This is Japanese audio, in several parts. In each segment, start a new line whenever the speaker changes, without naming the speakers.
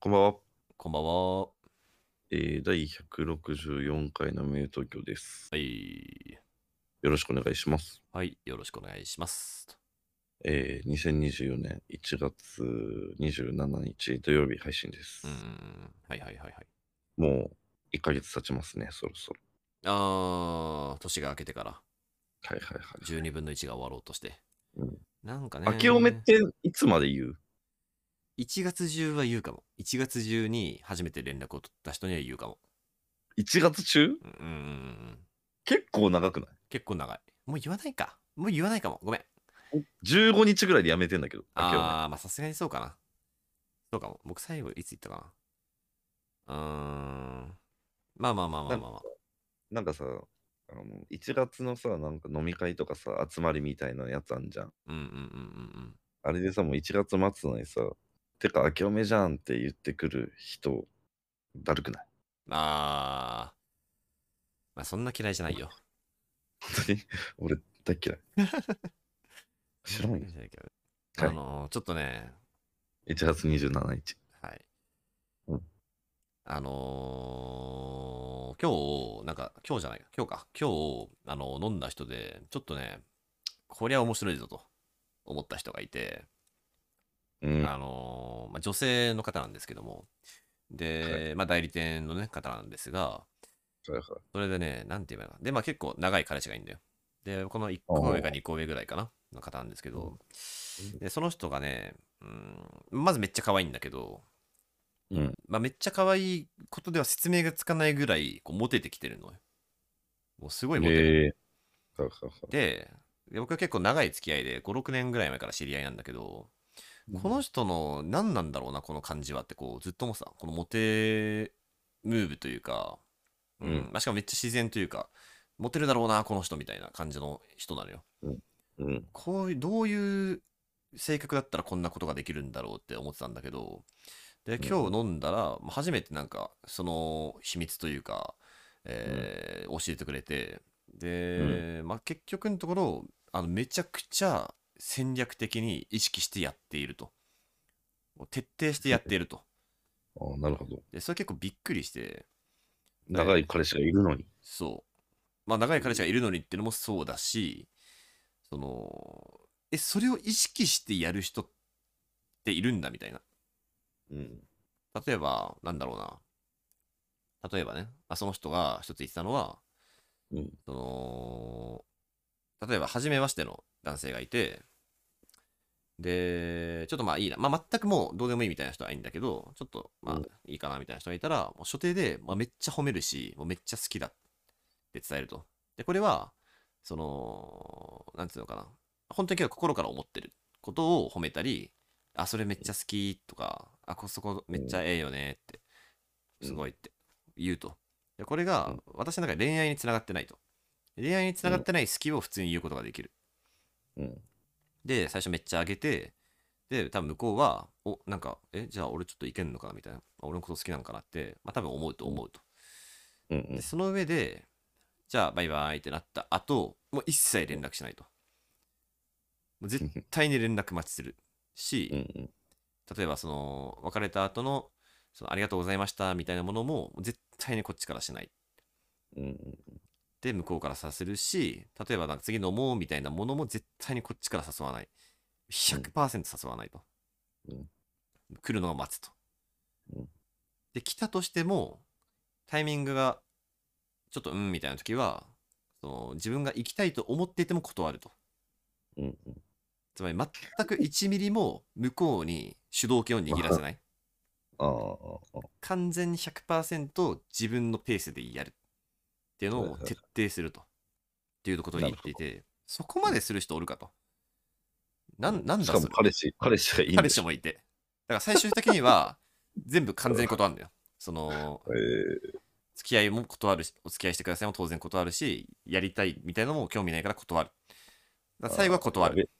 こんばんは。
こんばんは。は
えー、第164回の名東京です。
い。
よろしくお願いします。
はい。よろしくお願いします。
えー、2024年1月27日土曜日配信です
うー。ん。はいはいはいはい。
もう1ヶ月経ちますね、そろそろ。
あー、年が明けてから
はいはいはい。
12分の1が終わろうとして。
うん
なんかね。
明けおめっていつまで言う
?1 月中は言うかも。1月中に初めて連絡を取った人には言うかも。
?1 月中
うーん。
結構長くない
結構長い。もう言わないか。もう言わないかも。ごめん。
?15 日ぐらいでやめてんだけど。明けおめ
あー、まあさすがにそうかな。そうかも。僕最後いつ言ったかな。うーん。まあまあまあまあまあまあ。
なんかさ、あの1月のさ、なんか飲み会とかさ、集まりみたいなやつあんじゃん。
うんうんうんうんうん。
あれでさ、もう1月末なのにさ、てか、明けおめじゃんって言ってくる人、だるくない
あーまあそんな嫌いじゃないよ。
本当に俺、大っ 嫌い。知らんよ。
嫌いじゃないけ
は
ど
い
あのーちょっとね、
1月27日。
はい。
うん
あのー今日、なんか、今日じゃないか、今日か、今日、あの飲んだ人で、ちょっとね、こりゃ面白いぞと思った人がいて、
うん。
あのーまあ、女性の方なんですけども、で、まあ代理店のね、方なんですが、
そうやから
それでね、なんて言えばいいのかな。で、まあ結構長い彼氏がいいんだよ。で、この1個上か2個上ぐらいかなの方なんですけど、で、その人がね、うん、まずめっちゃ可愛いんだけど、
うん。
まあめっちゃ可愛いことでは説明がつかないぐらい、こう、モテてきてるのよ。もうすごいモテ
え
る。
えそうやから
で、で僕は結構長い付き合いで、5、6年ぐらい前から知り合いなんだけど、この人の何なんだろうな、この感じはって、こう、ずっともさ、このモテムーブというか、うん、
うん
まあしかもめっちゃ自然というか、モテるだろうな、この人みたいな感じの人なのよ。
うん。
こういう、どういう性格だったらこんなことができるんだろうって思ってたんだけど、で、
ん
今日飲んだら、まあ初めてなんか、その秘密というか、えー教えてくれて、で、まあ結局のところ、あのめちゃくちゃ戦略的に意識してやっていると。もう徹底してやっていると。
ああ、なるほど。
で、それ結構びっくりして、
長い彼氏がいるのに。
そう。まあ、長い彼氏がいるのにってのもそうだし、その、え、それを意識してやる人っているんだみたいな。
うん。
例えば、なんだろうな。例えばね、あその人が一つ言ってたのは、
うん。
その、例えば、初めましての男性がいて、で、ちょっとまあいいな。まあ全くもうどうでもいいみたいな人はいいんだけど、ちょっとま
う
あ
ん
いいかなみたいな人がいたら、もう所定で、まあ、めっちゃ褒めるし、もうめっちゃ好きだって伝えると。で、これは、その、なんていうのかな。本当に今日心から思ってることを褒めたり、あ、それめっちゃ好きとか、あ、こそこめっちゃええよねって、
うん
すごいって言うと。でこれが私の中で恋愛につながってないと。恋愛につながってない好きを普通に言うことができる。
うん。
で、最初めっちゃ上げて、で、多分向こうは、お、なんか、え、じゃあ俺ちょっといけんのかなみたいな。俺のこと好きなのかなって、まあ多分思うと思うと。
うん。
で、その上で、じゃあバイバイってなった後、もう一切連絡しないと。もう絶対に連絡待ちするし、
うん。うん。
例えばその別れた後のそのありがとうございましたみたいなものも絶対にこっちからしない
うん。
で向こうから誘るし例えばなんか次飲もうみたいなものも絶対にこっちから誘わない100%誘わないと、
うん
来るのを待つと、
うん
で来たとしてもタイミングがちょっとうんみたいな時はその自分が行きたいと思っていても断ると
うん。
つまり全く1ミリも向こうに主導権を握らせない
ああ。
完全に100%自分のペースでやるっていうの
はい
を
はいはい
徹底すると。っていうことに言っていて、そこまでする人おるかと。なんなんだ
し
そ
か
れ
も彼氏、彼氏がいいん
彼
で
氏
しょ。
もいて。だから最終的 には全部完全に断るんだよ。その、
ええ
付き合いも断るし、お付き合いしてくださいも当然断るし、やりたいみたいなのも興味ないから断る。だから最後は断る。だか
る。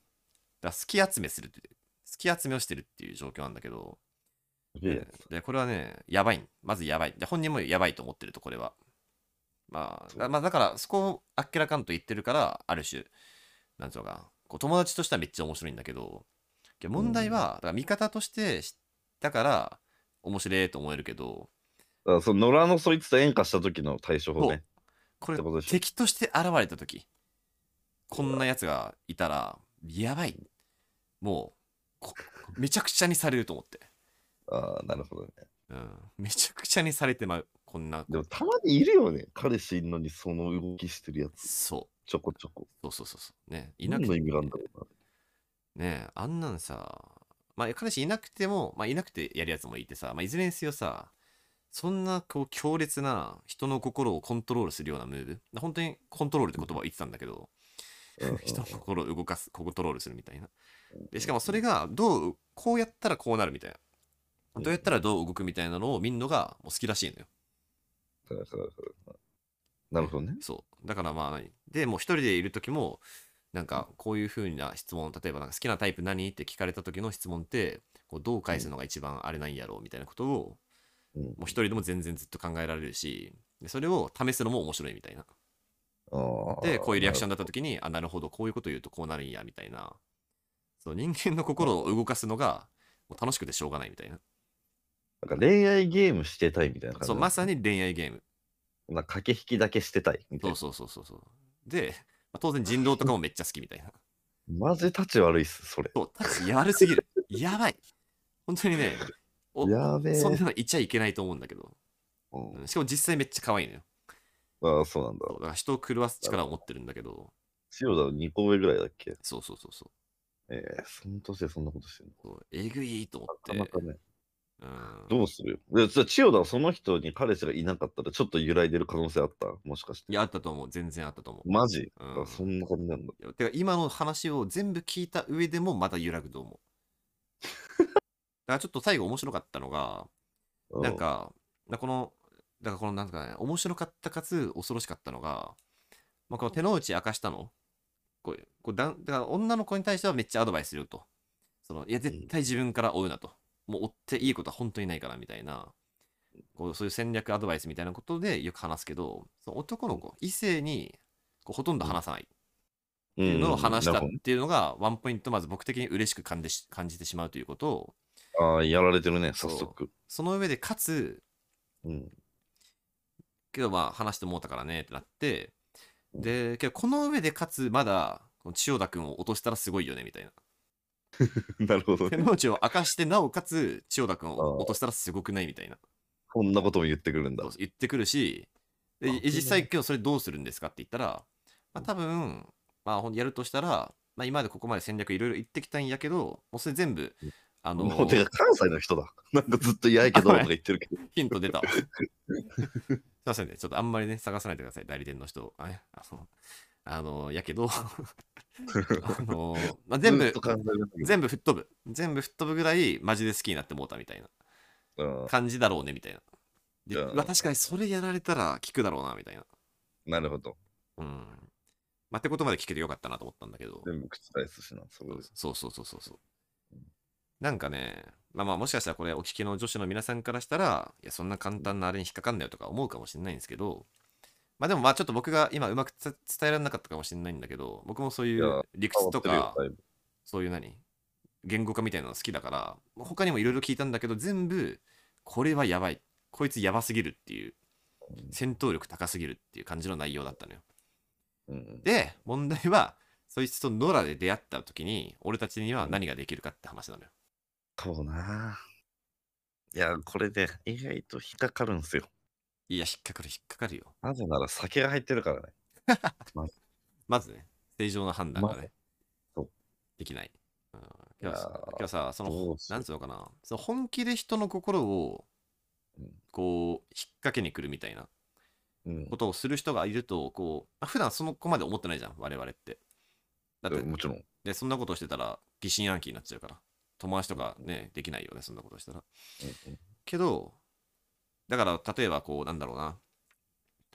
ら好き集めするっていう。好き集めをしてるっていう状況なんだけど、
やべえやべえやつ
で、これはね、やばい。まずやばい。で、本人もやばいと思ってると、これは。まあ、
そう
だまあ、だから、そこをあっけらかんと言ってるから、ある種、なんつうのかな、こう友達としてはめっちゃ面白いんだけど、いや問題は、だから味方として知ったから、面白いと思えるけど、
だからその野良のそいつと演歌した時の対処法ね。
こ
ってこと
れ
でしょ
敵として現れた時こんなやつがいたらやばいもうこめちゃくちゃにされると思って、
ああ、なるほどね。
うん、めちゃくちゃにされてまうこんな
でもたまにいるよね。彼氏いんのにその動きしてるやつ、
そ
ちょこちょこ。
うそうそうそうそうねいな
何
く
の
て
意味があるん
ね
だろうな。
あんなんさまあ彼氏いなくても、まあ、いなくてやるやつもいてさ、まあ、いずれにせよさそんなこう強烈な人の心をコントロールするようなムーブ本当にコントロールって言葉を言ってたんだけど、
うんうん
人の心を動かすコントロールするみたいなでしかもそれがどうこうやったらこうなるみたいなどうやったらどう動くみたいなのを見るのがもう好きらしいのよ
だからだからなるほどね。
そうだからまあ何でもう一人でいる時もなんかこういうふうな質問例えばなんか好きなタイプ何って聞かれた時の質問ってこうどう返すのが一番あれなんやろうみたいなことを
うん
もう一人でも全然ずっと考えられるしでそれを試すのも面白いみたいな
ああ
でこういうリアクション
ン。
だった時にあなるほどこういうこと言うとこうなるんやみたいなそう人間の心を動かすのがもう楽しくてしょうがないみたいな
なんか恋愛ゲームしてたいみたいな感じ。
そうまさ。に恋愛ゲーム
なんか駆け引きだけしてたいみたい
そう
な。
そうそうそうそうで、まあ当然人狼とかもめっちゃ好きみたいな
マジ立ち悪いっす、それ。
そうただやるすぎるやばい本当にねお
やべえ。
そんなのいちゃいけないと思うんだけど、
うん
うんしかも実際めっちゃ可愛いのよ
ああ、そうなんだ
そ。うだから人を狂わす力を持ってるんだけど
千代田の2個上ぐらいだっけ
そうそうそうそう
ええその年でそんなことしてる
そうえぐいと思って
のなかなかね。
うん
どうするよ。でじゃあ千代田はその人に彼氏がいなかったらちょっと揺らいでる可能性あったもしかして。
いやあったと思う全然あったと思う
マジ、
うん
あそんな感じなんだ。
いやてか今の話を全部聞いた上でもまだ揺らぐと思 う。だからちょっと最後面白かったのが、
う
なん、か、だからこの、だからこのなんかね、面白かったかつ恐ろしかったのが、まあ、この手の内明かしたの。こうこうだんだから女の子に対してはめっちゃアドバイスすると。そのいや、絶対自分から追うなと。もう追っていいことは本当にないからみたいな。こうそういう戦略アドバイスみたいなことでよく話すけど、その男の子、異性にこうほとんど話さない。
うん
っていうのを話し
な
た
るほ
っ
どね
ていうのがワンポイントまず僕的に嬉しく感じし感じてしまうということを
ああ、やられてるね、早速。
その上でかつ
うん。
けどまあ話してもうたからねってなってでけどこの上でかつまだこの千代田君を落としたらすごいよねみたいな
なるほど
手
ね。
の内を明かしてなおかつ千代田君を落としたらすごくないみたいな
こんなことも言ってくるんだ。
言ってくるしで
あ
え実際今日それどうするんですかって言ったら、まあ、多分、まあ、ほんやるとしたら、まあ、今までここまで戦略いろいろ言ってきたんやけどもうそれ全部あの
もうてか関西の人だ。なんかずっと嫌いけどとか言ってるけど。
ヒント出たわ。すいませんね、ちょっとあんまりね、探さないでください、代理店の人。あねあの、あのやけど、あのまあ、 全
ずっ
部
と、関西なんだけど
全部吹っ飛ぶ。全部吹っ飛ぶぐらい、マジで好きになってもうたみたいな
うん
感じだろうね、みたいな。で、
うん
うわ確かにそれやられたら効くだろうな、みたいな。
なるほど。
うん。まあ、ってことまで聞けてよかったなと思ったんだけど、
全部覆すしな、そこで。
そうそうそうそうそう。なんかね、まあまあもしかしたらこれお聞きの女子の皆さんからしたら、いやそんな簡単なあれに引っかかんなよとか思うかもしれないんですけど、まあでもまあちょっと僕が今うまくつ伝えられなかったかもしれないんだけど、僕もそうい
いや
う理屈とか、
変わってるよだいぶ
そういう何言語化みたいなの好きだから、他にもいろいろ聞いたんだけど、全部これはやばい。こいつやばすぎるっていう、戦闘力高すぎるっていう感じの内容だったのよ。
うん
で、問題は、そいつとノラで出会った時に、俺たちには何ができるかって話なのよ。
そうな。いや、これで意外と引っかかるんすよ。
いや、引っかかる、引っかかるよ。
なぜなら酒が入ってるからね。
まずね、正常な判断がね、
まそう
できない。うん、
いや
今
ー
日今日さ、そ
ど
の
う、する
なんつうのかな、その本気で人の心を
うん、
こう、引っ掛けに来るみたいな
うん
こ。とをする人がいると、こう、まあ普段その子まで思ってないじゃん、我々って。だって、
もちろん。
で、そんなことしてたら、疑心暗鬼になっちゃうから、友達とかね、できないよね、そんなことしたら。けどだから例えばこうなんだろうな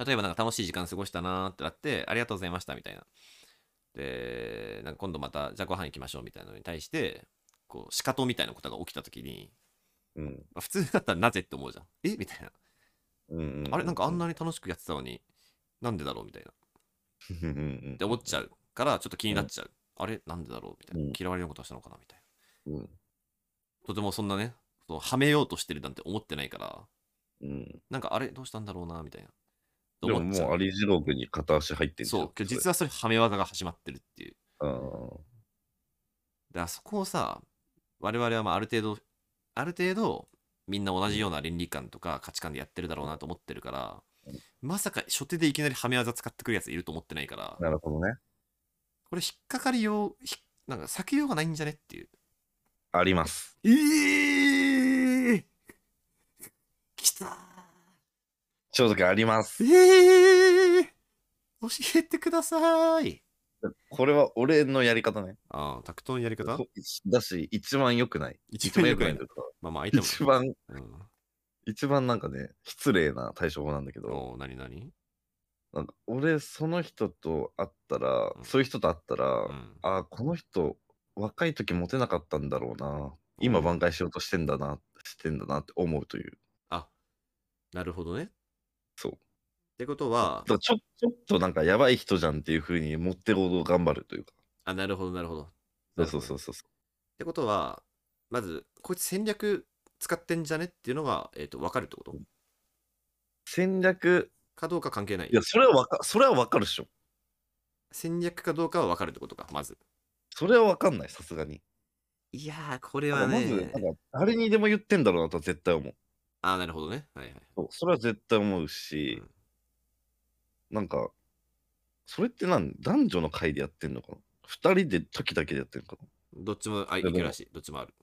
例えばなんか楽しい時間過ごしたなーってなってありがとうございましたみたいなでなんか今度またじゃあご飯行きましょうみたいなのに対してこう仕方みたいなことが起きた時に、
うん
まあ普通だったらなぜって思うじゃんえみたいな
うんうん
あれなんかあんなに楽しくやってたのになんでだろうみたいなっ
うんうん
て思っちゃうからちょっと気になっちゃう、あれなんでだろうみたい
う
な
ん
嫌われることしたのかなみたいな
うん
とてもそんなねそのはめようとしてるなんて思ってないから、
うん。
なんかあれどうしたんだろうな、みたいな。
でも
思っちゃ
もう、アリジログに片足入ってんじゃん
そう、今日実はそれはめ技が始まってるっていう。
それ
だからそこをさ、我々はまあある程度、ある程度、みんな同じような倫理観とか価値観でやってるだろうなと思ってるから、まさか初手でいきなりはめ技使ってくるやついると思ってないから
うん。、なるほどね。
これ引っかかりよう、ひなんか避けようがないんじゃねっていう。
あります。
ええきた
正直あります。
ええ教えてください
これは俺のやり方ね。
ああ、タクトのやり方
だし、一番良くない。
一番良くない
一番良く
まあまあ、
ない
相手
一
も。
番、
うん。
一番なんかね、失礼な対処法なんだけど、
おう何何
なんか俺、その人と会ったら、
うん
そういう人と会ったら、
うん。
あーこの人、若い時モテなかったんだろうな。今
うん
挽回しようとしてんだな、してんだなって思うという。
あ、なるほどね。っ
そう。
てことは
だか、らちょちょっとなんかやばい人じゃんっていう風に持ってこうと頑張るというか。
あ、なるほど、なるほど。
そ
な
う
る
そ
ほ
う
ど
そうそう。
ってことは、まず、こいつ戦略使ってんじゃねっていうのが、えっ、と、わかるってこと
戦略、
かどうか関係ない
い。や、それはわか、それはわかるっしょ。
戦略かどうかはわかるってことか、まず。
それはわかんない、さすがに。
いやー、これ
だか
は
らまず、
ね
なん。か誰にでも言ってんだろうなとは絶対思う。
あー、なるほどね。はいはい。
そうそれは絶対思うし、なんか、それってなん男女の会でやってんのかな二人で時だけでやってんのかな
どっちも、あ、い
で
け
も
るらしい。どっちもある。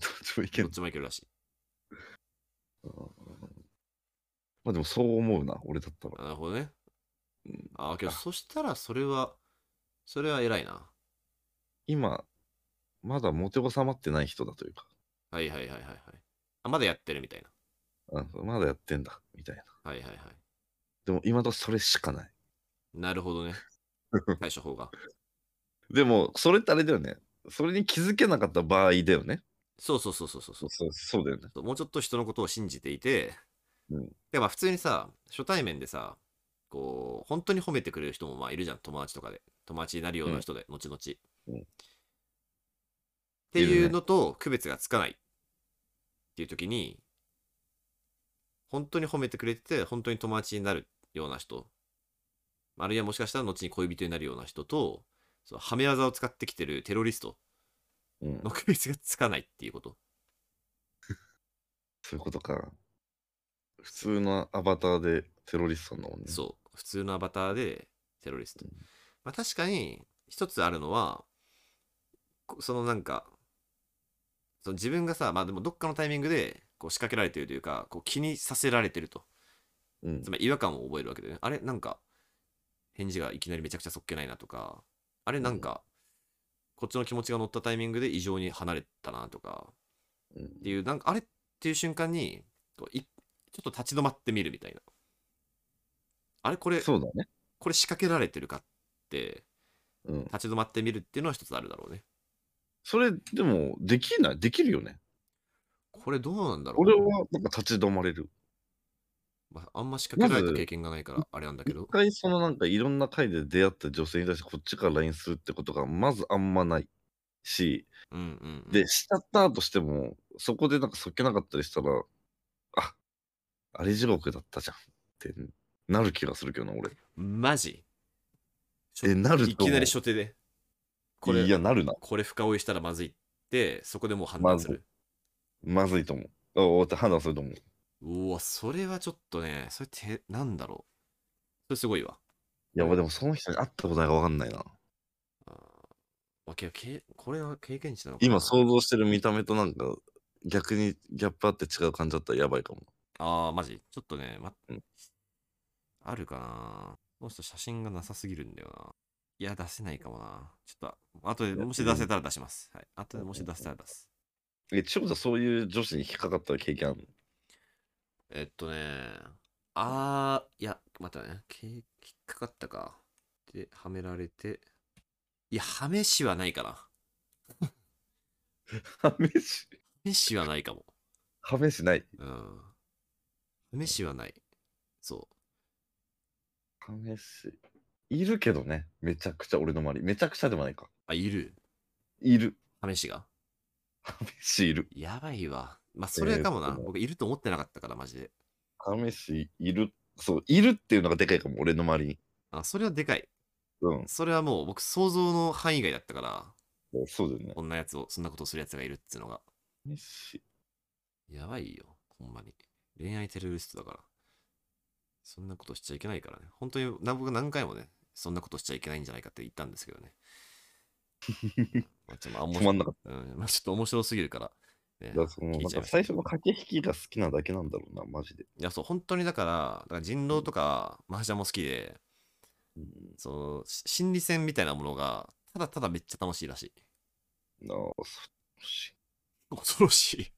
どっちもいけ
ど
ん
っちもいけるらしい。
まあでもそう思うな、俺だったら。
なるほどね
うん。
あー、けど、
あ
そしたら、それは、それは偉いな。
今、まだモテ収まってない人だというか、
はいはいはいはいはい。あ、まだやってるみたいな。
あまだやってんだ、みたいな。
はいはいはい。
でも今だとそれしかない。
なる ほどね。対処法が。
でも、それってあれだよね。それに気づけなかった場合だよね。
そうそうそうそうそうそう。
そうそうだよね。
そうもうちょっと人のことを信じていて、
うん
でまあ普通にさ初対面でさこう本当に褒めてくれる人もまあいるじゃん友達とかで友達になるような人で、後々、
うん
っていうのと区別がつかないっていう時に本当に褒めてくれてて本当に友達になるような人あるいはもしかしたら後に恋人になるような人とそのはめ技を使ってきてるテロリスト
うん
の。区別がつかないっていうこと
そういうことか。普通のアバターでテロリストなもんね。
そう普通のアバターでテロリスト、
うん
まあ、確かに一つあるのはこそのなんかその自分がさまあでもどっかのタイミングでこう仕掛けられてるというかこう気にさせられてると
う。ん
つ、まり違和感を覚えるわけでねあれなんか返事がいきなりめちゃくちゃそっけないなとかあれなんか、こっちの気持ちが乗ったタイミングで異常に離れたなとか
うん
っていうなんかあれっていう瞬間にこういちょっと立ち止まってみるみたいなあれこれ
そうだね。
これ仕掛けられてるかって
うん。
立ち止まってみるっていうのは一つあるだろうね。
それ、でも、できない、できるよね。
これどうなんだろう
俺は、なんか立ち止まれる。
まあ、あんま仕掛けられ
ま
た
ず
経験がないからあれなんだけ
一
ど。
回、そのなんか、いろんな回で出会った女性に対して、こっちから LINE するってことが、まずあんまないし、
うんうんうん、
で、しちゃったとしても、そこでなんかそっけなかったりしたら、あ、あれ地獄だったじゃんってなる気がするけどな、俺。
マジ
え、なると思う
いきなり初手で。これ
いや、なるな。
これ深追いしたらまずいって、そこでもう判断する。
まずいと思う。おおって判断すると思う。
うわ、それはちょっとね、それってなんだろう。それすごいわ。
いや、俺でもその人に会ったことないから分かんないな。
あーわけけこれは経験値なのかな
今想像してる見た目となんか、逆にギャップあって違う感じだったらやばいかも。
ああ、マジちょっとね、ま
うん
あるかなこの人写真がなさすぎるんだよな。いや、出せないかもな。ちょっと、あとで、もし出せたら出します。はい。あとで、もし出せたら出す。
え、ちょうどそういう女子に引っかかった経験あ るの
えっとね、あー、いや、待ってね。け引っかかったか。で、はめられて。いや、はめしはないかな。は
はめし、
めしはないかも。
はめしない。
うん。はめしはない。そう。
はめし。いるけどね、めちゃくちゃ俺の周り。めちゃくちゃでもないか。
あ、いる。
いる。
はめしが。
はめしいる。
やばいわ。まあ、それかも
えー
な
っ。と
僕、いると思ってなかったから、マジで。
亀氏いる、そう、いるっていうのがでかいかも、俺の周りに。
あ、それはでかい。
うん、
それはもう、僕、想像の範囲外だったから、
そうだよね。
こんなやつを、そんなことをするやつがいるっつうのが。
亀氏
やばいよ、ほんまに。恋愛テロリストだから。そんなことしちゃいけないからね。本当に、な僕何回もね、そんなことしちゃいけないんじゃないかって言ったんですけ どね。まあちょっとまあ面
止ま
白
んなかっ
うんまあちょっと面白すぎるから。
た。
ね
だからその
聞
ないん
ちゃい
か
ました
最初の駆け引きが好きなだけなんだろうな、マジで。
いや、そう、本当にだから、だから人狼とか、麻雀も好きで、
うん、
その、し心理戦みたいなものが、ただただめっちゃ楽しいらしい。
なあ、そうし
恐ろしい。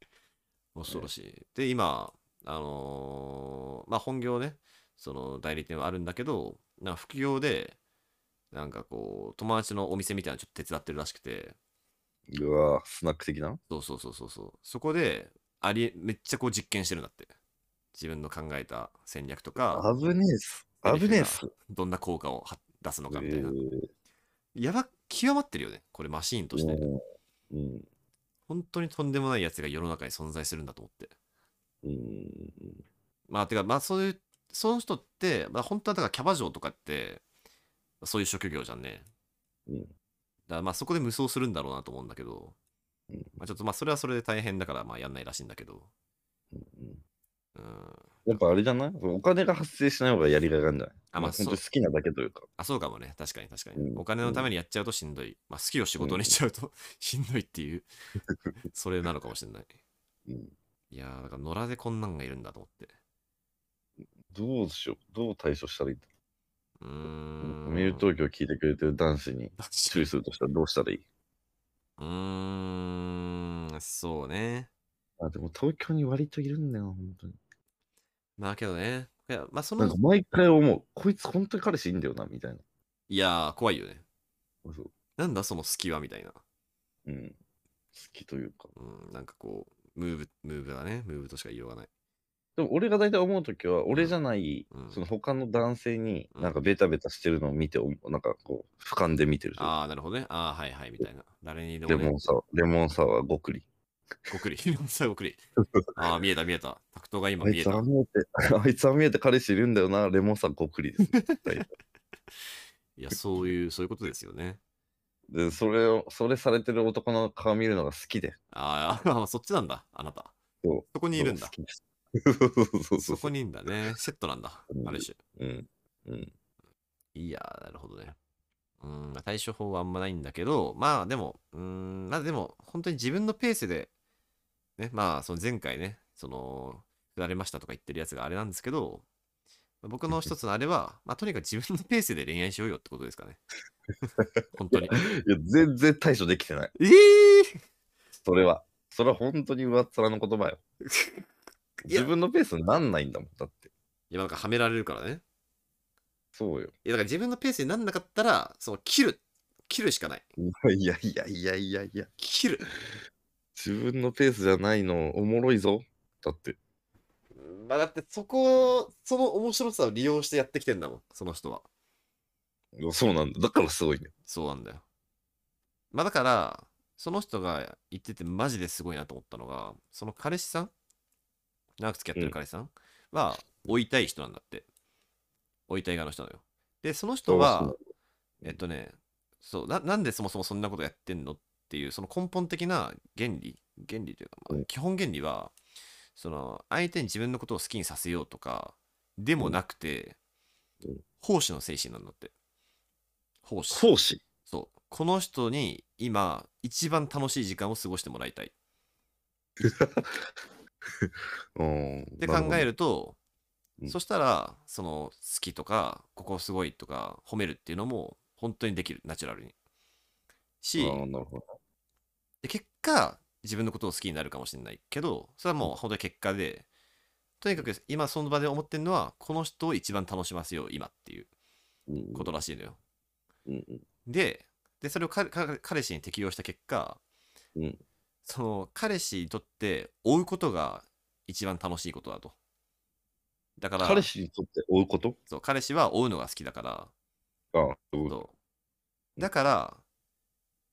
恐ろしい。で、今、あのーまあ、本業ね、その代理店はあるんだけど、なんか副業で、なんかこう、友達のお店みたいなのちょっと手伝ってるらしくて、
うわスナック的な
そうそうそうそうそう。そこで、ありえ、めっちゃこう実験してるんだって。自分の考えた戦略とか、
危ねえっす。危ねえっす。
どんな効果をは出すのかみたいな。
え
やば、極まってるよね。これマシーンとして。
ーうん。
本当にとんでもないやつが世の中に存在するんだと思って。
うん。
まあ、てか、まあ、そういう、その人って、まあ、本当はだからキャバ嬢とかって、そういう職業じゃんね。
うん
だからまあ、そこで無双するんだろうなと思うんだけど、
うん
まあ、ちょっとまあ、それはそれで大変だから、まあ、やんないらしいんだけど。
うん
うん。
やっぱあれじゃないお金が発生しない方がやりがいがあるんじゃない
あまあ
本当に好きなだけというか。
あ、そうかもね。確かに、確かに。
うん
お金のためにやっちゃうとしんどい。まあ、好きを仕事にしちゃうと しんどいっていう、それなのかもしれない。
うん
いやー、だから野良でこんなんがいるんだと思って。
どうしよう、どう対処したらいいんだ
う
ろ
ー。
うんミュートークを聞いてくれてる男子に注意するとしたらどうしたらいいう
ーん、そうね。
あ、でも東京に割といるんだよ、本当に。
まあけどね。いや、まあそ
なん
の
か、毎回思う。こいつ本当に彼氏いいんだよな、みたいな。
いやー、怖いよね。
そう。
なんだその隙はみたいな。
うん。好きというか。
うん、なんかこう、ムーブ、ムーブだね。ムーブとしか言いようがない。
でも俺が大体思うときは、俺じゃない、
うん
その他の男性に、
うん
なんかベタベタしてるのを見て、おなんかこう、俯瞰で見てるというか
ああ、なるほどね。ああ、はいはい、みたいな。誰にで
レ
も、ね
モン、サワー、レモンサワーごくり。
ごくり。 レモンサワーごくり。ああ、見えた見えた。タクトが今
あ
見
い
え
つは
た。
見えて、 あいつは見えて彼氏いるんだよな、レモンサワーごくり です、ね。
いや、そういう、そういうことですよね。
で、それを、それされてる男の顔見るのが好きで。
あー あ、そっちなんだ、あなた。
そう
そこにいるんだ
好。きですそうそうそ
そう
そ
こにいるんだね。セットなんだ
う。ん
ある種。
う。うん。うん。
いやー、なるほどね。うん、まあ対処法はあんまないんだけど、まあでも、うん、まあでも、本当に自分のペースで、ね、まあ、その前回ね、その、振られましたとか言ってるやつがあれなんですけど、まあ僕の一つのあれ は、まあとにかく自分のペースで恋愛しようよってことですかね。本 当に。
いや、全然対処できてない。
ええ
それは。それは本当に上っ面の言葉よ。
いや
自分のペースになんないんだもん。だって。
いや、なんかはめられるからね。
そうよ。
いや、だから自分のペースになんなかったら、その、切る。切るしかない。
いやいやいやいやいや。
切る。
自分のペースじゃないのおもろいぞ。だって。
まあだってそこを、その面白さを利用してやってきてんだもん、その人は。
そうなんだ。だからすごいね。
そうなんだよ。まあだから、その人が言っててマジですごいなと思ったのが、その彼氏さん長く付き合ってる彼氏さんは、追いたい人なんだって。追いたい側の人なのよ。で、その人
あそう
は
な、
えっとね、そうな、なんでそもそもそんなことやってんのっていう、その根本的な原理、原理というか、まあ
うん
基本原理は、その、相手に自分のことを好きにさせようとか、でもなくて
うんうん、
奉仕の精神なんだって。奉仕。
講師。
そう。この人に今、一番楽しい時間を過ごしてもらいたい。
うん。
って考え
る
ると、
うん
そしたら、その、好きとか、ここすごいとか、褒めるっていうのも、本当にできる、ナチュラルに。し、
ほど。あーなるほど。
で結果、自分のことを好きになるかもしれないけど、それはもう本当に結果で、とにかく今その場で思ってるのは、この人を一番楽しませよう、今っていう
うん
ことらしいのよ。
うんうん
ででそれをかか彼氏に適用した結果、
うん
その彼氏にとって追うことが一番楽しいことだとだから
彼氏にとって追うこと
そう彼氏は追うのが好きだから、
ああ、そういうこ
そうだから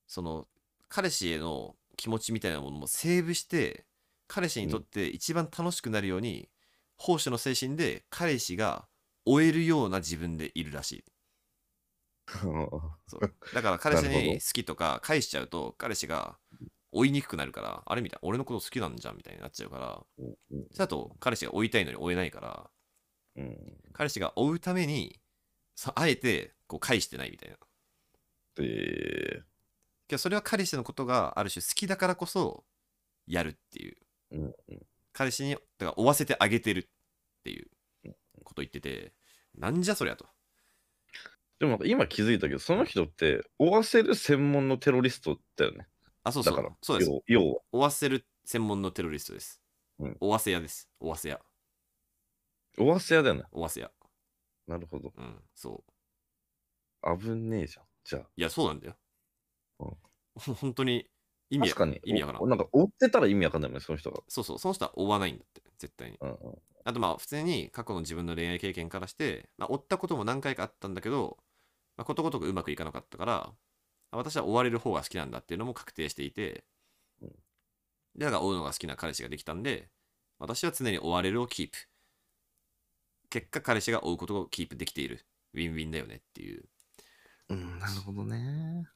その彼氏への気持ちみたいなものもセーブして彼氏にとって一番楽しくなるように、奉仕の精神で彼氏が終えるような自分でいるらしい。そうだから彼氏
なるほ
に
ど
好きとか返しちゃうと彼氏が追いにくくなるからあれみたいな俺のこと好きなんじゃんみたいになっちゃうからそれだと彼氏が追いたいのに追えないから
うん。
彼氏が追うためにさあえてこう返してないみたいな
で、
けどそれは彼氏のことがある種好きだからこそやるっていう、
うんう
彼氏にだから追わせてあげてるっていうこと言っててなんじゃそりゃと
でもなんか今気づいたけど、その人って追わせる専門のテロリストだよね。
あそうそ
だ
う
から、
そうです
要要は。
追わせる専門のテロリストです、
うん
追わせ屋です追わせ屋
追わせ屋だよね。
追わせ屋
なるほど。
うん、そう。
危ねえじゃん。じゃあ。
いや、そうなんだよ。
う
本当に意味
確
わ
かに、
意味わからん
おなんか追ってたら意味わかんないもんね、その人が。
そうそう、その人は追わないんだって、絶対に。
うんうん
あとまあ、普通に過去の自分の恋愛経験からして、まあ、追ったことも何回かあったんだけど、まあ、ことごとくうまくいかなかったから、あ私は追われる方が好きなんだっていうのも確定していて
うん、
で、だから追うのが好きな彼氏ができたんで、私は常に追われるをキープ。結果、彼氏が追うことをキープできている。ウィンウィンだよねっていう
うん、なるほどね。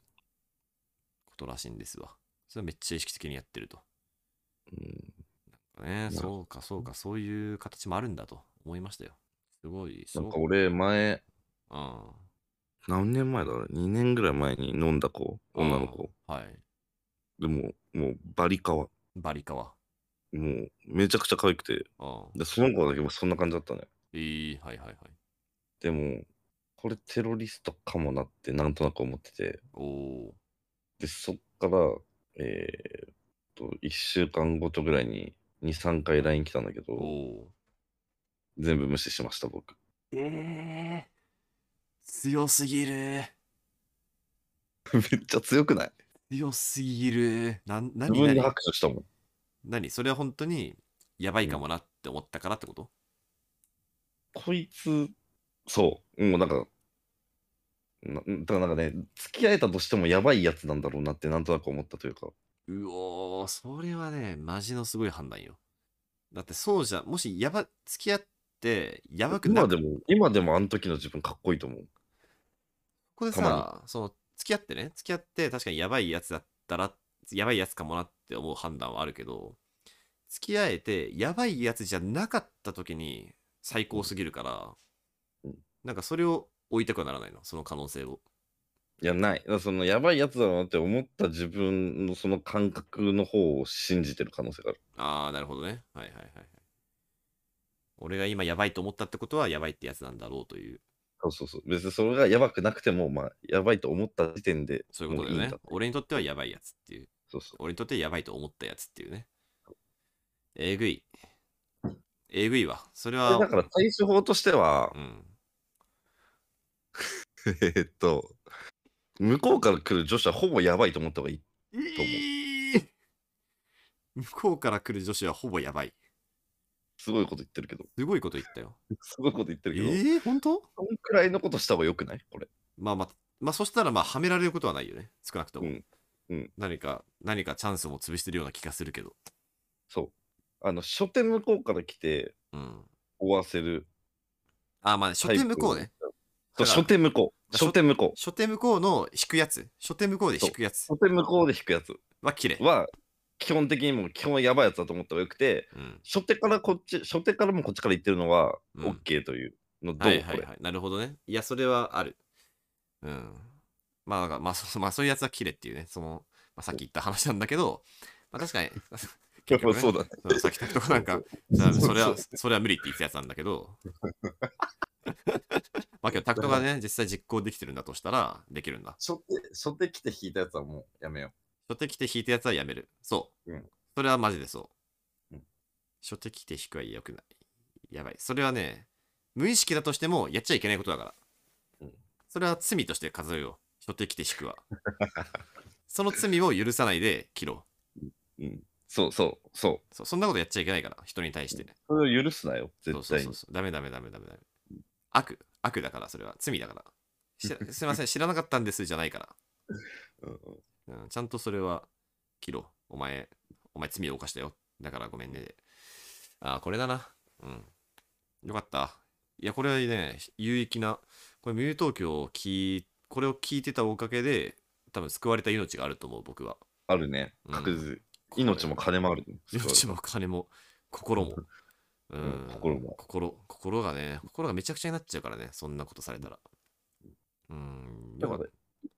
ことらしいんですわ。それはめっちゃ意識的にやってると。
うん、
ね、
な
そうかそうかそういう形もあるんだと思いましたよすごいす
なん
ご
か
い、
俺、前、
うん、
何年前だろう ?2 年ぐらい前に飲んだ子、女の子。
あーはい
でも、もうバリカワ。
バリカワ
もう、めちゃくちゃ可愛くて。
うん
で、その子だけもそんな感じだったね。
えー、はいはいはい
でも、これテロリストかもなって、なんとなく思ってて。
おお
で、そっから、えーっと、1週間ごとぐらいに2、3回 LINE 来たんだけ
お
ど、
お
全部無視しました、僕。
ええ強すぎる
めっちゃ強くない
強すぎるなん
自
何
分で
何
拍手したもん。
何それは本当にやばいかもなって思ったからってこと、
こいつ、そう、もうなんか、なだからなんかね、付き合えたとしてもやばいやつなんだろうなってなんとなく思ったというか、
うおー、それはね、マジのすごい判断よ。だってそうじゃ、もしやば、付き合って、やばくな
今
っ
でも、今でもあの時の自分かっこいいと思う。
ここで
た
さ、その付き合ってね、付き合って確かにやばいやつだったら、やばいやつかもなって思う判断はあるけど、付き合えて、やばいやつじゃなかった時に最高すぎるから、
うん
なんかそれを置いたくはならないの、その可能性を。
いや、ない。だからその、やばいやつだろうなって思った自分のその感覚の方を信じてる可能性がある。
あー、なるほどね。はいはいはいはい。俺が今やばいと思ったってことは、やばいってやつなんだろうという、
そうそうそう。別にそれがやばくなくても、まあ、やばいと思った時点で、
そういうことだ
も
よ
いい
ね
んだ。
俺にとってはやばいやつっていう。
そうそう。
俺にとってやばいと思ったやつっていうね。えぐい。えぐいわ。それは。
でだから対処法としては
う、ん。
えーっと、向こうから来る女子はほぼやばいと思った方がいい。
向こうから来る女子はほぼやばい。
すごいこと言ってるけど。
すごいこと言ったよ。
すごいこと言って
え
るけど、
ー、本当
そんくらいのことした方がよくないこれ。
まあまあ、まあそしたらまあはめられることはないよね。少なくとも。
うんうん
何か、何かチャンスも潰してるような気がするけど。
そう。あの、初手向こうから来て、
うん。
追わせる。
あ、まあ、初手向こうね。。
そう、初手向こう。
だから
初手向こう。
初手向こうの引くやつ。初手向こうで引くやつ
初手向こうで引くやつ
は綺麗。
は、基本的にもう基本やばいやつだと思った方がよくて、
うん。
初手からこっち、初手からもこっちから行ってるのは、
うん
OK というの、どう、
はいはい
これ。
はい。なるほどね。いや、それはある。うん。まあ、だからまあ、そ まあ、そういうやつは綺麗っていうね。その、まあ、さっき言った話なんだけど、まあ、確 かに、結局ね
そうだね。
そうさっき言ったと こなんか、じゃあそれは、それは無理って言ってたやつなんだけど。まあけど、タクトがね、実際実行できてるんだとしたら、できるんだ。
初手、初手来て引いたやつはもうやめよ
初手来て引いたやつはやめる。そう。
うん
それはマジでそう。
うん
初手来て引くは良くない。やばい。それはね、無意識だとしてもやっちゃいけないことだから。
うん
それは罪として数えよう。初手来て引 くは。その罪を許さないで切ろ。
う。うん。そうそう、そう
そうそんなことやっちゃいけないから、人に対して。
う。それを許すなよ、絶対
そ
に。
うそうそうそう。ダメダメダメダメダメ。悪、悪だから、それは。罪だから。し すいません、知らなかったんですじゃないから。
うんうん
うん、ちゃんとそれは、切ろう。お前、お前罪を犯したよ。だからごめんね。ああ、これだな。うん。よかった。いや、これはね、有益な、これ、ミュー東京を聞い、これを聞いてたおかげで、多分救われた命があると思う、僕は。
あるね。
うん
確実、命も金もある、ね。
命も金も、心も。う
うん
ん、
心も
心、心がね、心がめちゃくちゃになっちゃうからね、そんなことされたら。うん、
だ
よ
か
からった。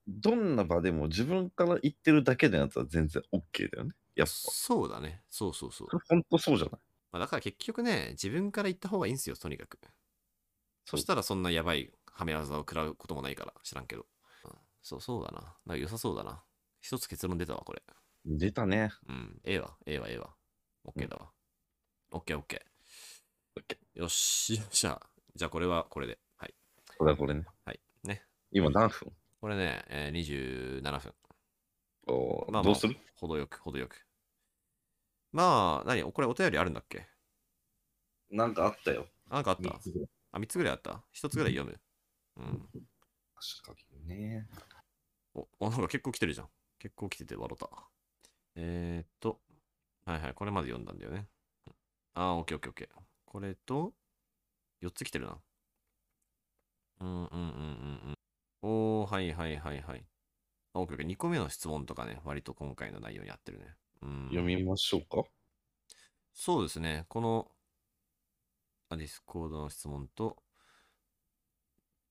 どんな場でも自分から言ってるだけのやつは全然 OK だよね。やっぱ。そ
そうだね、そうそうそう。
れ本当そうじゃない
まあ、だから結局ね、自分から言った方がいいんですよ、とにかく。そしたらそんなやばいはめ技を食らうこともないから、知らんけど。うんそうそうだな。なんか良さそうだな。一つ結論出たわ、これ。
出たね。
うん、ええわ、ええわ、ええわ。オッケーだわ。オッケー、オッケ
オッケ
ー。よっし、よっしゃ。じゃあこれはこれで。はい。
ーこれはこれね。
はいね。
今何分
これね、えー、27分。
おー
まあまあ
どうする
程よく、程よく。まあ、何これお便りあるんだっけ
なんかあったよ。
なんかあった
三つぐらい
あ、3つぐらいあった一つぐらい読む。うん。
確かにね。
お、おなんか結構来てるじゃん。結構来てて笑った。えー、っと、はいはい、これまで読んだんだよね。あー、オッケーオッケーオッケー。これと、4つ来てるな。うんうんうんうんうん。おー、はいはいはいはい。あオッケーオッケー。2個目の質問とかね、割と今回の内容に合ってるね。うん。
読みましょうか。
そうですね。この、あディスコードの質問と、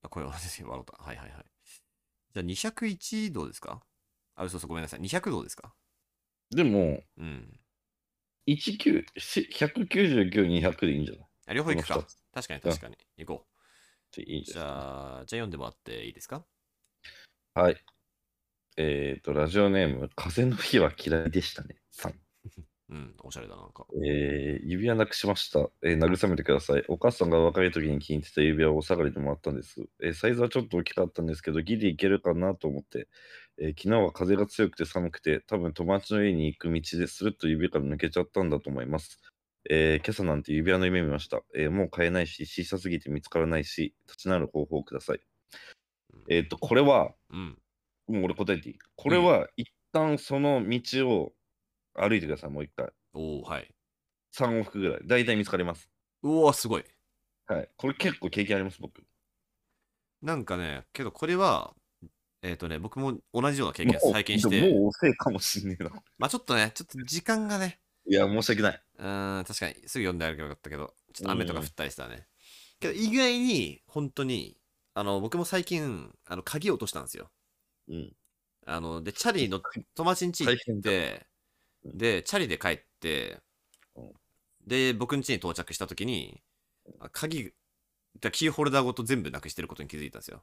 あ、これはですね、笑った。はいはいはい。じゃあ201度ですかあ、そうそう、ごめんなさい。200度ですか
でも、
うん。
19 199、200でいいんじゃない
あ両方行く
こ
か
の二つ。
確かに
うん
確かに。行こ
でいいん
う。
じ
じ
ゃない
ゃあ、じゃあ読んでもらっていいですか
はい。えっ、と、ラジオネーム、風の日は嫌いでしたね。さん
うん、おしゃれだな、なんか。
えー指輪なくしました、えー慰めてください。お母さんが若い時に気に入ってた指輪をお下がりでもらったんです、えーサイズはちょっと大きかったんですけど、ギリいけるかなと思って、えー昨日は風が強くて寒くて、多分友達の家に行く道でするっと指から抜けちゃったんだと思います。えー今朝なんて指輪の夢見ました、えーもう買えないし、小さすぎて見つからないし、立ち直る方法をください。えっ、と、これは、
うん。
もう俺答えていい。これは、一旦その道を歩いてください、もう一回。
おおはい。
3往復ぐらい。大体見つかります。
うおー、すごい。
はい。これ結構経験あります、僕。
なんかね、けどこれは、えっ、とね、僕も同じような経験
もう
最近し
でも
て、
もう遅いかもしんねえな。
まあちょっとね、ちょっと時間がね、
いや、申し訳ない。
うーん、確かに、すぐ読んであればよかったけど、ちょっと雨とか降ったりしたね。けど、意外に、本当に、あの、僕も最近、あの、鍵を落としたんですよ。
うん。
あの、で、チャリの、友達ん家行っ
大
て、で、チャリで帰って
うん、
で、僕ん家に到着した時に、あ鍵、だキーホルダーごと全部なくしてることに気づいたんです
う
よ。
ん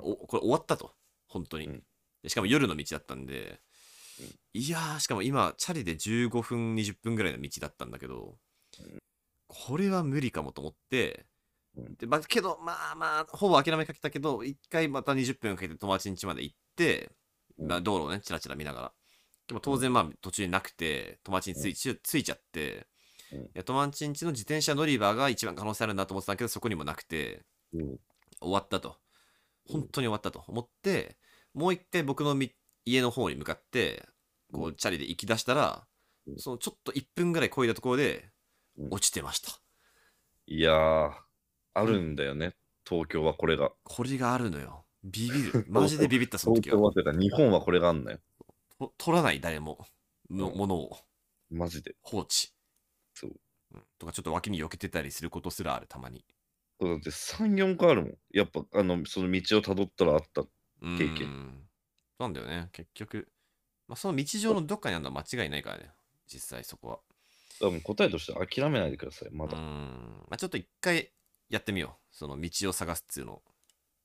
お、これ終わったと。本当に
うん。
でしかも夜の道だったんで
うん、
いやー、しかも今、チャリで15分、20分ぐらいの道だったんだけど、これは無理かもと思って、
うん
でまあ、けど、まあまあ、ほぼ諦めかけたけど、一回また20分かけて友達ん家まで行って、
うん
まあ、道路をね、チラチラ見ながら。でも当然、まあ、途中になくて、友達についちついちゃって、
うん
いや友達ん家の自転車乗り場が一番可能性あるなと思ってたけど、そこにもなくて、
うん。
終わったと。本当に終わったと思って、もう一回僕のみ家の方に向かって、こ
う
う、チャリで行き出したら
う、ん
そのちょっと1分ぐらい漕いだところで
う、ん
落ちてました。
いやー、あるんだよね。東京はこれが。
これがあるのよ。ビビ る。マジでビビった、その
東
時
京
は。
はというか、日本はこれがあんのよ。
と取らない、誰も。の
うん
ものを
マジで。
放置。
そう。
うんとか、ちょっと脇に避けてたりすることすらある、たまに。
そうだって3、4回あるもん。やっぱ、あの、その道をたどったらあった。
うん
経験。
なんだよね、結局。まあ、その道上のどっかにあるのは間違いないからね、実際そこは。
多分答えとしては諦めないでください、ま
う
だ。
ん。まあ、ちょっと一回やってみよう。その道を探すっていうのを。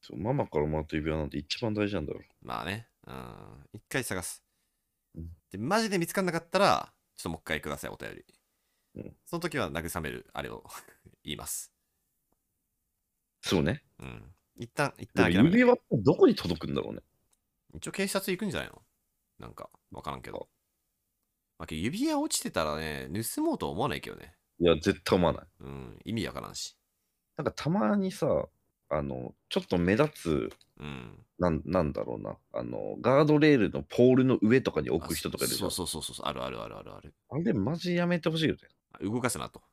そうママからもらった指輪なんて一番大事なんだろ
まあね。うん。一回探す
うん。
で、マジで見つかんなかったら、ちょっともう一回ください、お便り。
うん
その時は慰める、あれを 言います。
う。そうね。
うん。一旦、一
でも
旦諦め
指
る。
輪ってどこに届くんだろうね。
一応警察行くんじゃないのなんか、わからんけ
あ
ど。まあ、けど指輪落ちてたらね、盗もうとは思わないけどね。
いや、絶対思わない。
うん。意味わからんし。
なんかたまにさ、あの、ちょっと目立つ、
うん。
なんなんだろうな、あの、ガードレールのポールの上とかに置く人とかいるじゃ
そ
ん
うそうそうそうそう、あるあるあるあるある。
あれ、マジやめてほしいよね。
動かすなと。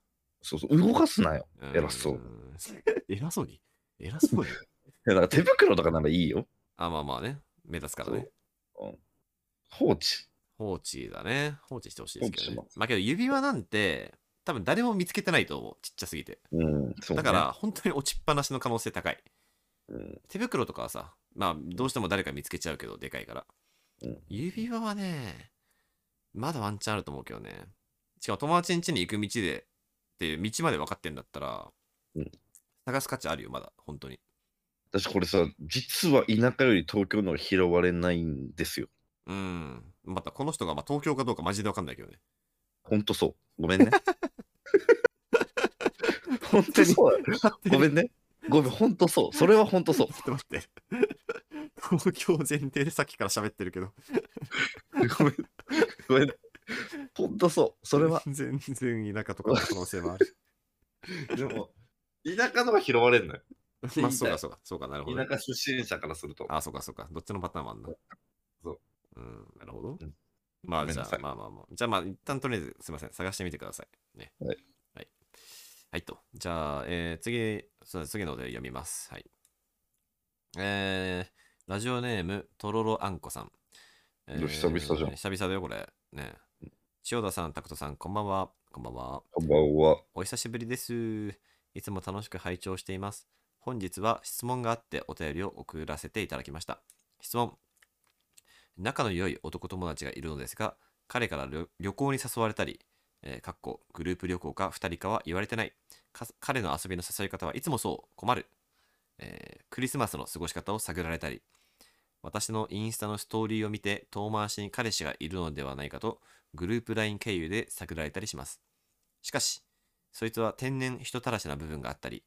そうそう、動かすなよ。
うん
偉そう。
偉そうに偉そうに
いやだから手袋とかならいいよ。
あ、まあまあね。目立つからね。
そううん放置。
放置だね。放置してほしいですけど、
放
ねま
置しま
あけど指輪なんて、多分誰も見つけてないと思う。ちっちゃすぎて。
うん、そう、ね。
だから、本当に落ちっぱなしの可能性高い。
うん、
手袋とかはさ、まあ、どうしても誰か見つけちゃうけど、でかいから。
うん
指輪はね、まだワンチャンあると思うけどね。しかも友達ん家に行く道で、で、道まで分かってんだったら、
うん
探す価値あるよ、まだ、本当に。
私これさ、実は田舎より東京の方が拾われないんですよ。
うん。また、この人が、まあ、東京かどうかマジで分かんない けどね。
ほんとそう。ごめん ね。ほんとそうだよ。ごめんね。ごめん、ほんとそう。それはほんとそう
ちょ。っと待って。 東京前提でさっきから喋ってるけど。
ごめん。ごめん。ほんとそう。それは。
全然田舎とかの可能性も ある。
でも、田舎のが拾われるのよ。
まあ、そうかそうか、そうか、なるほど。
田舎出身者からすると。
あ、そうかそうか。どっちのパターンもあんな。
そう。
うん、なるほど。
うん
まあ、
ごめん
じ
な
ゃ
さ
あ、
い
まあまあまあ。じゃあ、まあ、一旦とりあえず、すみません。探してみてください。ね。
はい。
はい。はい、と。じゃあ、えー、次、そう次ので読みます。はい。えー、ラジオネーム、とろろあんこさん。えー
久々じゃん
久々だよ、これ。ね。千代田さん、拓人さん、こんばんは。こんばんは。
こんばんは。
お久しぶりです。いつも楽しく拝聴しています。本日は質問があってお便りを送らせていただきました。質問。仲の良い男友達がいるのですが、彼から旅旅行に誘われたり、えーかっこグループ旅行か2人かは言われてない。か彼の遊びの誘い方はいつもそう、困る、えークリスマスの過ごし方を探られたり、私のインスタのストーリーを見て遠回しに彼氏がいるのではないかと、グループ LINE 経由で探られたりします。しかし、そいつは天然人たらしな部分があったり、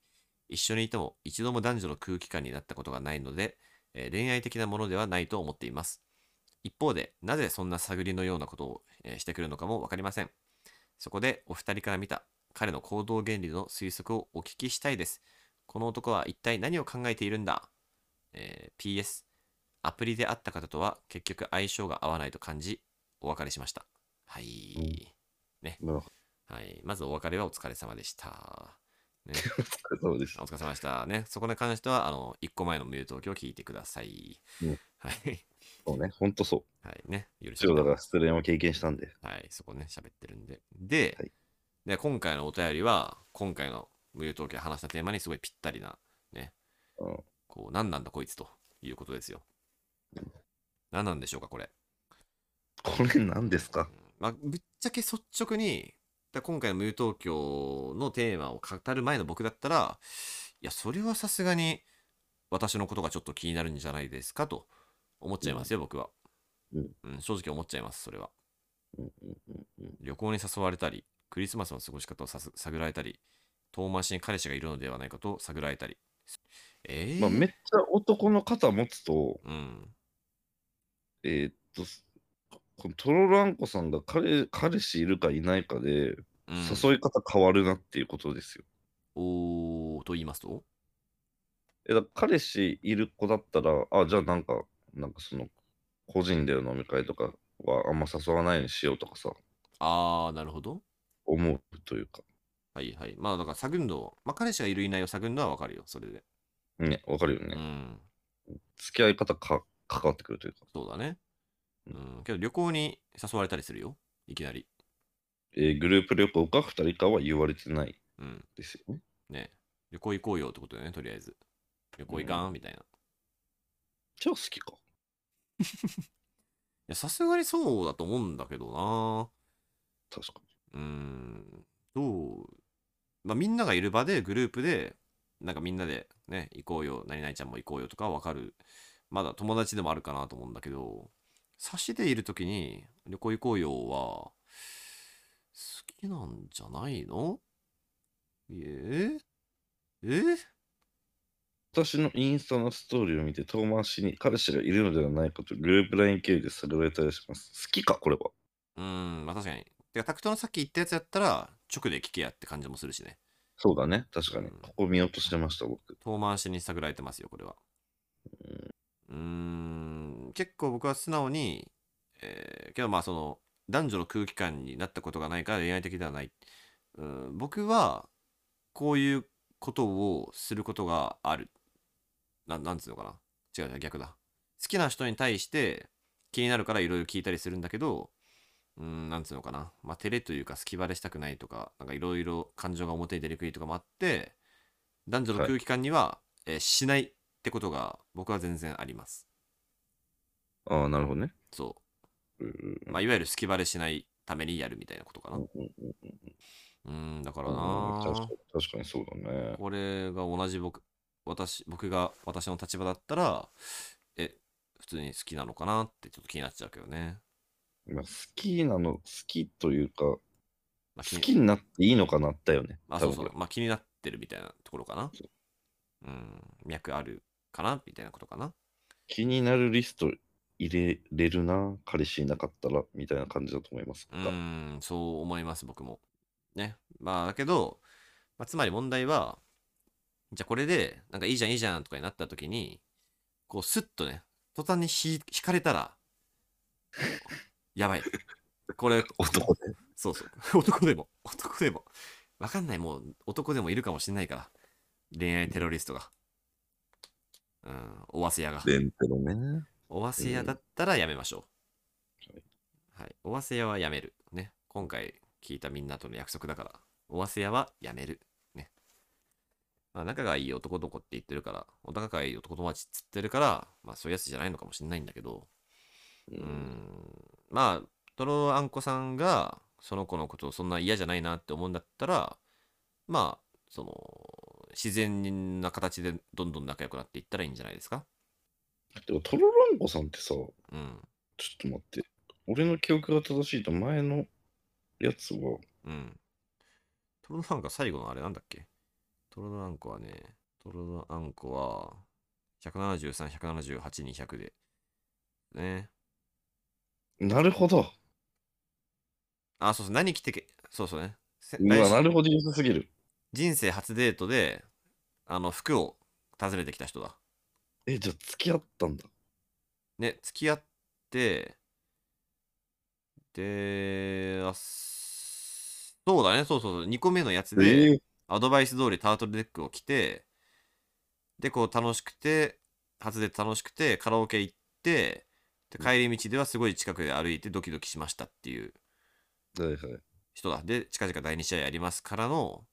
一緒にいても一度も男女の空気感になったことがないので、えー恋愛的なものではないと思っています。一方で、なぜそんな探りのようなことを、えーしてくるのかもわかりません。そこで、お二人から見た彼の行動原理の推測をお聞きしたいです。この男は一体何を考えているんだ、えー ?PS、アプリで会った方とは結局相性が合わないと感じ、お別れしました。はい。
なるほ
はい、まずお別れはお疲れ様でした。ね、
ど。お疲れ様でし
お疲れ様でした。ね、そこに関しては、あの、1個前のミュートを聞いてください。
うん
はい。
そうね。ほんとそう。
はい、ね。よろ
一応だから失恋を経験したんで。
はい、そこね、喋ってるんで。で、
はい
で今回のお便りは、今回の無料統計話したテーマにすごいぴったりな、ね、
うん
こう、何なんだこいつということですよ。何なんでしょうか、これ。
これ何ですか
うんまあ、ぶっちゃけ率直に、だ今回の無料東京のテーマを語る前の僕だったら、いや、それはさすがに私のことがちょっと気になるんじゃないですかと思っちゃいますよ、僕は、
うん
うん。正直思っちゃいます、それは。
うんうんうんうん
旅行に誘われたり、クリスマスの過ごし方をさす探られたり、遠回しに彼氏がいるのではないかと探られたり。えー、
まあ、めっちゃ男の肩持つと、
うん。
えーっと、このトロランコさんが彼彼氏いるかいないかで、
うん、
誘い方変わるなっていうことですよ。
おーと言いますと
えだから彼氏いる子だったら、あ、じゃあなんか、なんかその、個人での飲み会とかはあんま誘わないようにしようとかさ、
あー、なるほど。
思うというか、
はいはい。まあだから探るの、まあ彼氏がいるいないを探るのはわかるよ、それで。
ね、わかるよ
う
ね。
ん。
付き合い方か関わってくるというか、
そうだね。う
うん
ん。けど旅行に誘われたりするよ、いきなり。
えーグループ旅行か2人かは言われてない
うん。
ですよね。
ね旅行行こうよってことだよね、とりあえず。旅行行かん、みたいな。い
じゃあ好きか。
や、さすがにそうだと思うんだけど
確か
なうん。どうまあみんながいる場で、グループで、なんかみんなでね、行こうよ、何々ちゃんも行こうよとかわかる。まだ友達でもあるかなと思うんだけど、差しでいるときに旅行行こうよは、好きなんじゃないのえええ
に。私のインスタのストーリーを見て遠回しに彼氏がいるのではないかとグループ LINE 経由で探られたりします。好きか、これは。
うん、まあ確かに。てか、タクトのさっき言ったやつやったら、直で聞けやって感じもするしね。
そうだね。確かに
うん。
ここ見落としてました、僕。
遠回しに探られてますよ、これは。うーん、結構僕は素直に、えーけどまあその、男女の空気感になったことがないから恋愛的ではない。うん、僕は、こういうことをすることがある。ななんつうのかな。違う違う、逆だ。好きな人に対して気になるからいろいろ聞いたりするんだけど、うん、なんつうのかな。まあ、照れというか、隙バレしたくないとか、なんかいろいろ感情が表に出にくいとかもあって、男女の空気感には、えーしないってことが僕は全然あります。
ああ、なるほどね。
そ
うん
う。まあ、いわゆる隙バレしないためにやるみたいなことかな。
うん
う
うんうん
ーん、だから
うん確か
な
に。確かにそうだね。
これが同じ僕、私、僕が私の立場だったら、え、普通に好きなのかなってちょっと気になっちゃうけどね。
まあ、好きなの、好きというか、好
まあ、気に
きになっていいのかなったよね。
まあ、
多
そう
分
そう。まあ、気になってるみたいなところかな
そ。
うん、脈あるかなみたいなことかな。
気になるリスト入れれるな、彼氏いなかったら、みたいな感じだと思います
う
が。
ーん、そう思います、僕も。ね。まあ、だけど、まあ、つまり問題は、じゃあこれで、なんかいいじゃん、いいじゃんとかになった時に、こう、スッとね、途端にひ引かれたら、やばい。これ、
男で。
そうそう。男でも、男でも。わかんない、もう男でもいるかもしれないから。恋愛テロリストが。うん、おわせ屋が。
レンテのね。
おわせ屋だったらやめましょう。
は
はい。おわせ屋はやめる。ね。今回聞いたみんなとの約束だから、おわせ屋はやめる。ね。まあ、仲がいい男の子って言ってるから、お仲がいい男友達っつってるから、まあ、そういうやつじゃないのかもしれないんだけど、
う
うーん。まあ、とろあんこさんが、その子のことをそんな嫌じゃないなって思うんだったら、まあ、その、自然な形でどんどん仲良くなっていったらいいんじゃないですか。
でも、トロロンコさんってさ、ちょ
うん。
っと待って。俺の記憶が正しいと、前のやつは、
うん。トロロアンコは最後のあれなんだっけトロロアンコはね、トロロアンコは173、178、200で。ね。
なるほど。
あ、そうそう、何着てけ、そうそうね。せ
う
来
わ、
週
なるほど、良さすぎる。
人生初デートで、あの、服を訪ねてきた人だ。
え、じゃあ、付き合ったんだ。
ね、付き合って、で、あそうだね、そうそうそう、2個目のやつで、
ええ
アドバイス通りタートルネックを着て、で、こう楽しくて、初で楽しくて、カラオケ行って、で
うん
帰り道ではすごい近くで歩いてドキドキしましたっていう
はいはい。
人だ。で、近々第2試合やりますからの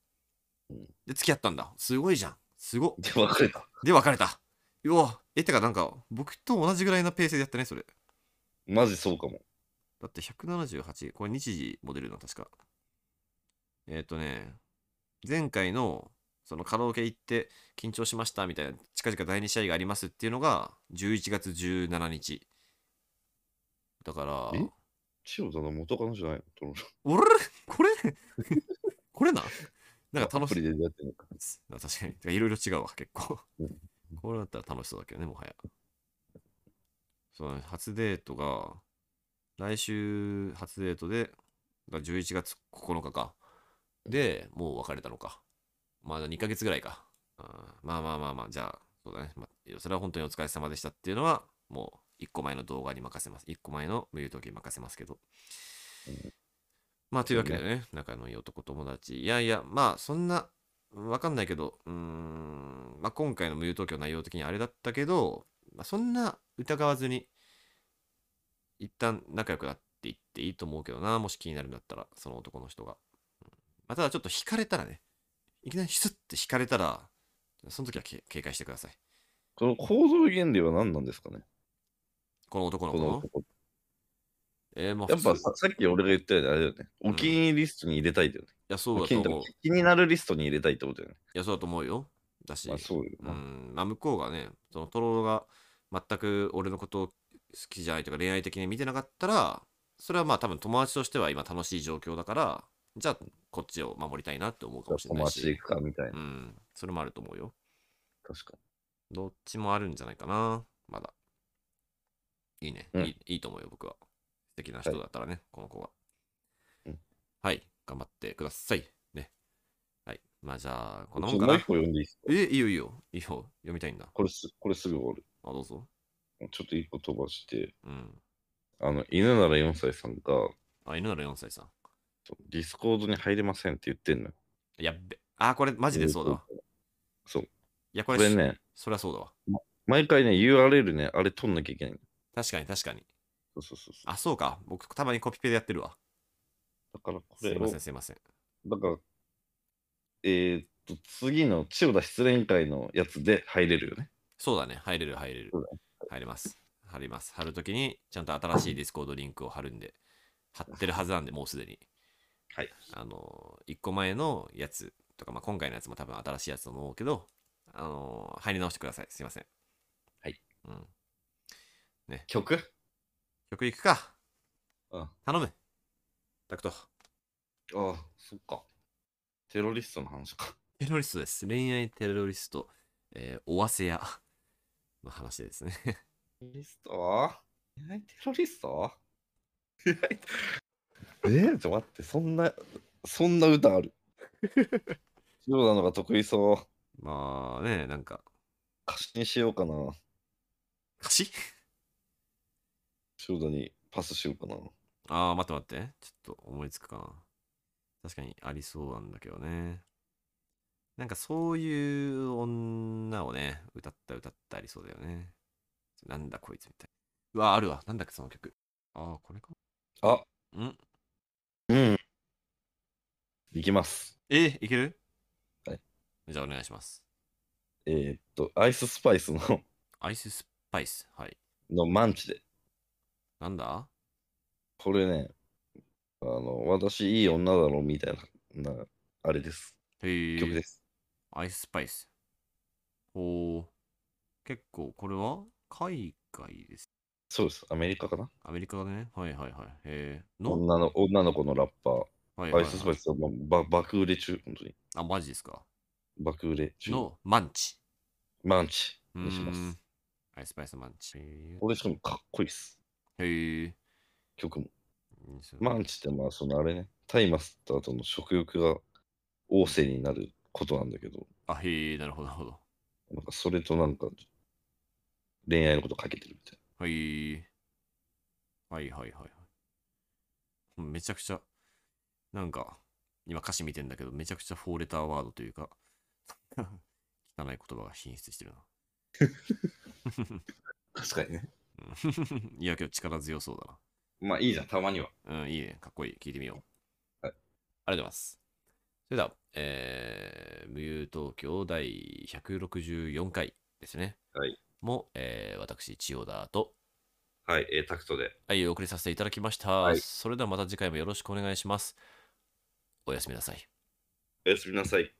うん、
で、付き合ったんだ。すごいじゃん。すごっ。
で、別れた。
で、別れた。うわ、え、てかなんか、僕と同じぐらいのペースでやったね、それ。
マジそうかも。
だって178、これ日時モデルの確か。えっ、とね、前回のそのカラオケ行って緊張しましたみたいな、近々第2試合がありますっていうのが11月17日。だから
え、千代田の元カノじゃないのトロロン
おれ これこれななんか楽し
アプ
い
リ。で出会ってんのか。
確かに。てかいろいろ違うわ、結構
うん。
これだったら楽しそうだけどね、もはや。そうだね、初デートが、来週初デートで、だ11月9日か。で、もう別れたのか。まだ2ヶ月ぐらいか。あーまあまあまあまあ、じゃあ、そうだね、まあ。それは本当にお疲れ様でしたっていうのは、もう1個前の動画に任せます。1個前の無友トークに任せますけど。まあ、というわけでね、仲のいい男友達。いやいや、まあ、そんな、わかんないけど、うーん、まあ、今回の無友東京内容的にあれだったけど、まあ、そんな疑わずに、一旦仲良くなっていっていいと思うけどな、もし気になるんだったら、その男の人が。うんまあ、ただちょっと惹かれたらね、いきなりシュッて惹かれたら、その時はけ警戒してください。
この行動原理は何なんですかね
この男の
こ
子
の
の。
男
えー、まあ、
やっぱ
普通
ささっき俺が言ったようにあれだよね。
ん
お気に入りリストに入れたいだよね。
いや、そう
お
だ
気
と
に入り
思う。
と
い
か気になるリストに入れたいってことだよね。
や、そうだと思うよ。だし、
まあそうよ
う
な。
ん、まあ向こうがね、そのトロロが全く俺のことを好きじゃないとか恋愛的に見てなかったら、それはまあ多分友達としては今楽しい状況だから、じゃあこっちを守りたいなって思うかもしれ
友
ない
達で行
し、
くかみたいな。
うん、それもあると思うよ。
確か
どっちもあるんじゃないかな、まだ。いいね、
うん
いい。いいと思うよ、僕は。素敵な人だったらね、この子は
うん。
はい、頑張ってください。ね。はい。うまあじゃあ、
こ
こんな
の
もん
も
か
う
な
一。個読んでいいですか
え、いいよいいよ。いいよ。読みたいんだ。
これすこれすぐ終わる。
あ、どうぞ。
ちょっと一個飛ばして、
うん。
あの、犬なら4歳さんが、
あ、犬なら4歳さん。
ディスコードに入れませんって言ってんのよ。
やっべ。あ、これマ
マ
ジでそうだわ。。
そう。
いや、こ
こ
れ
れね、
そりゃそうだわ。
毎回ね、URL ね、あれ取んなきゃいけないの。
確かに確かに。
そうそうそうそう。
あ、そうか。僕、たまにコピペでやってるわ。
だからこ
す
れ
いません、
を、
すいません。
だから、えーっと、次の千代田失恋会のやつで入れるよね。
そうだね。入れる、入れる
そうだ。
入れます。貼ります。貼るときに、ちゃんと新しいディスコードリンクを貼るんで、貼ってるはずなんで、もうすでに。
はい。
あの、1個前のやつとか、まあ、今回のやつも多分新しいやつだと思うけど、あの、入り直してください。すいません。
はい。
うん。
曲
曲いくか。
うん。あ
頼む。タクト。
あ、そっか。テロリストの話か。
テロリストです。恋愛テロリスト、えー、おわせ屋の話ですね。
テロリストいないテロリストいないえー、ちょっと待って、そんな、そんな歌ある。千代田のが得意そう。
まあね、なんか、
歌詞にしようかな。
歌詞
千代田にパスしようかな。
ああ、待って待って。ちょっと思いつくかな。確かにありそうなんだけどね。なんかそういう女をね、歌った歌ったありそうだよね。なんだこいつみたい。うわ、あるわ。なんだっけその曲。ああ、これか。
あ
ん
うん。いきます。
えーいける
はい。
じゃあお願いします。
えーっと、アイススパイスの
アイススパイス。はい。
のマンチで。
なんだ
これね、あの、私いい女だろみたいな、なあれです。
へえ。
曲です。
アイススパイス。おー。結構、これは海外です。
そうです。アメリカかな
アメリカだね。はいはいはい。へえ。の、
女の女の子のラッパー。
はい
ア
はい
イ
はい
ススパイスは、まば爆売れ中、本当に。
あ、マジですか。
爆売れ中。
の、マンチ。
マンチ
う
にしま
ー
す
ん。。アイススパイスマンチ。へ
これしかもかっこいいっす。
え。へえ
曲も。
ま
マンチってまあ、そのあれね、タイマスった後の食欲が旺盛になることなんだけど、
あ、へえ、なるほどなるほど。
なんかそれとなんか恋愛のことかけてるみたい
はい。はいはいはいはい。めちゃくちゃ、なんか、今歌詞見てんだけど、めちゃくちゃフォーレターワードというか、 汚い言葉が品質してるな。
な。確かにね。
うん いや、けど力強そう
まあいいじゃん、たまには。
だな。うん、いいね。かっこいい。聞いてみよう。
はい。
ありがとうございます。それでは、えー、無憂東京第164回ですね。
はい。
も、えー、私、千代田と、
はい、えタクトで。
はい、お送りさせていただきました。
はい
それではまた次回もよろしくお願いします。おやすみなさい。
おやすみなさい。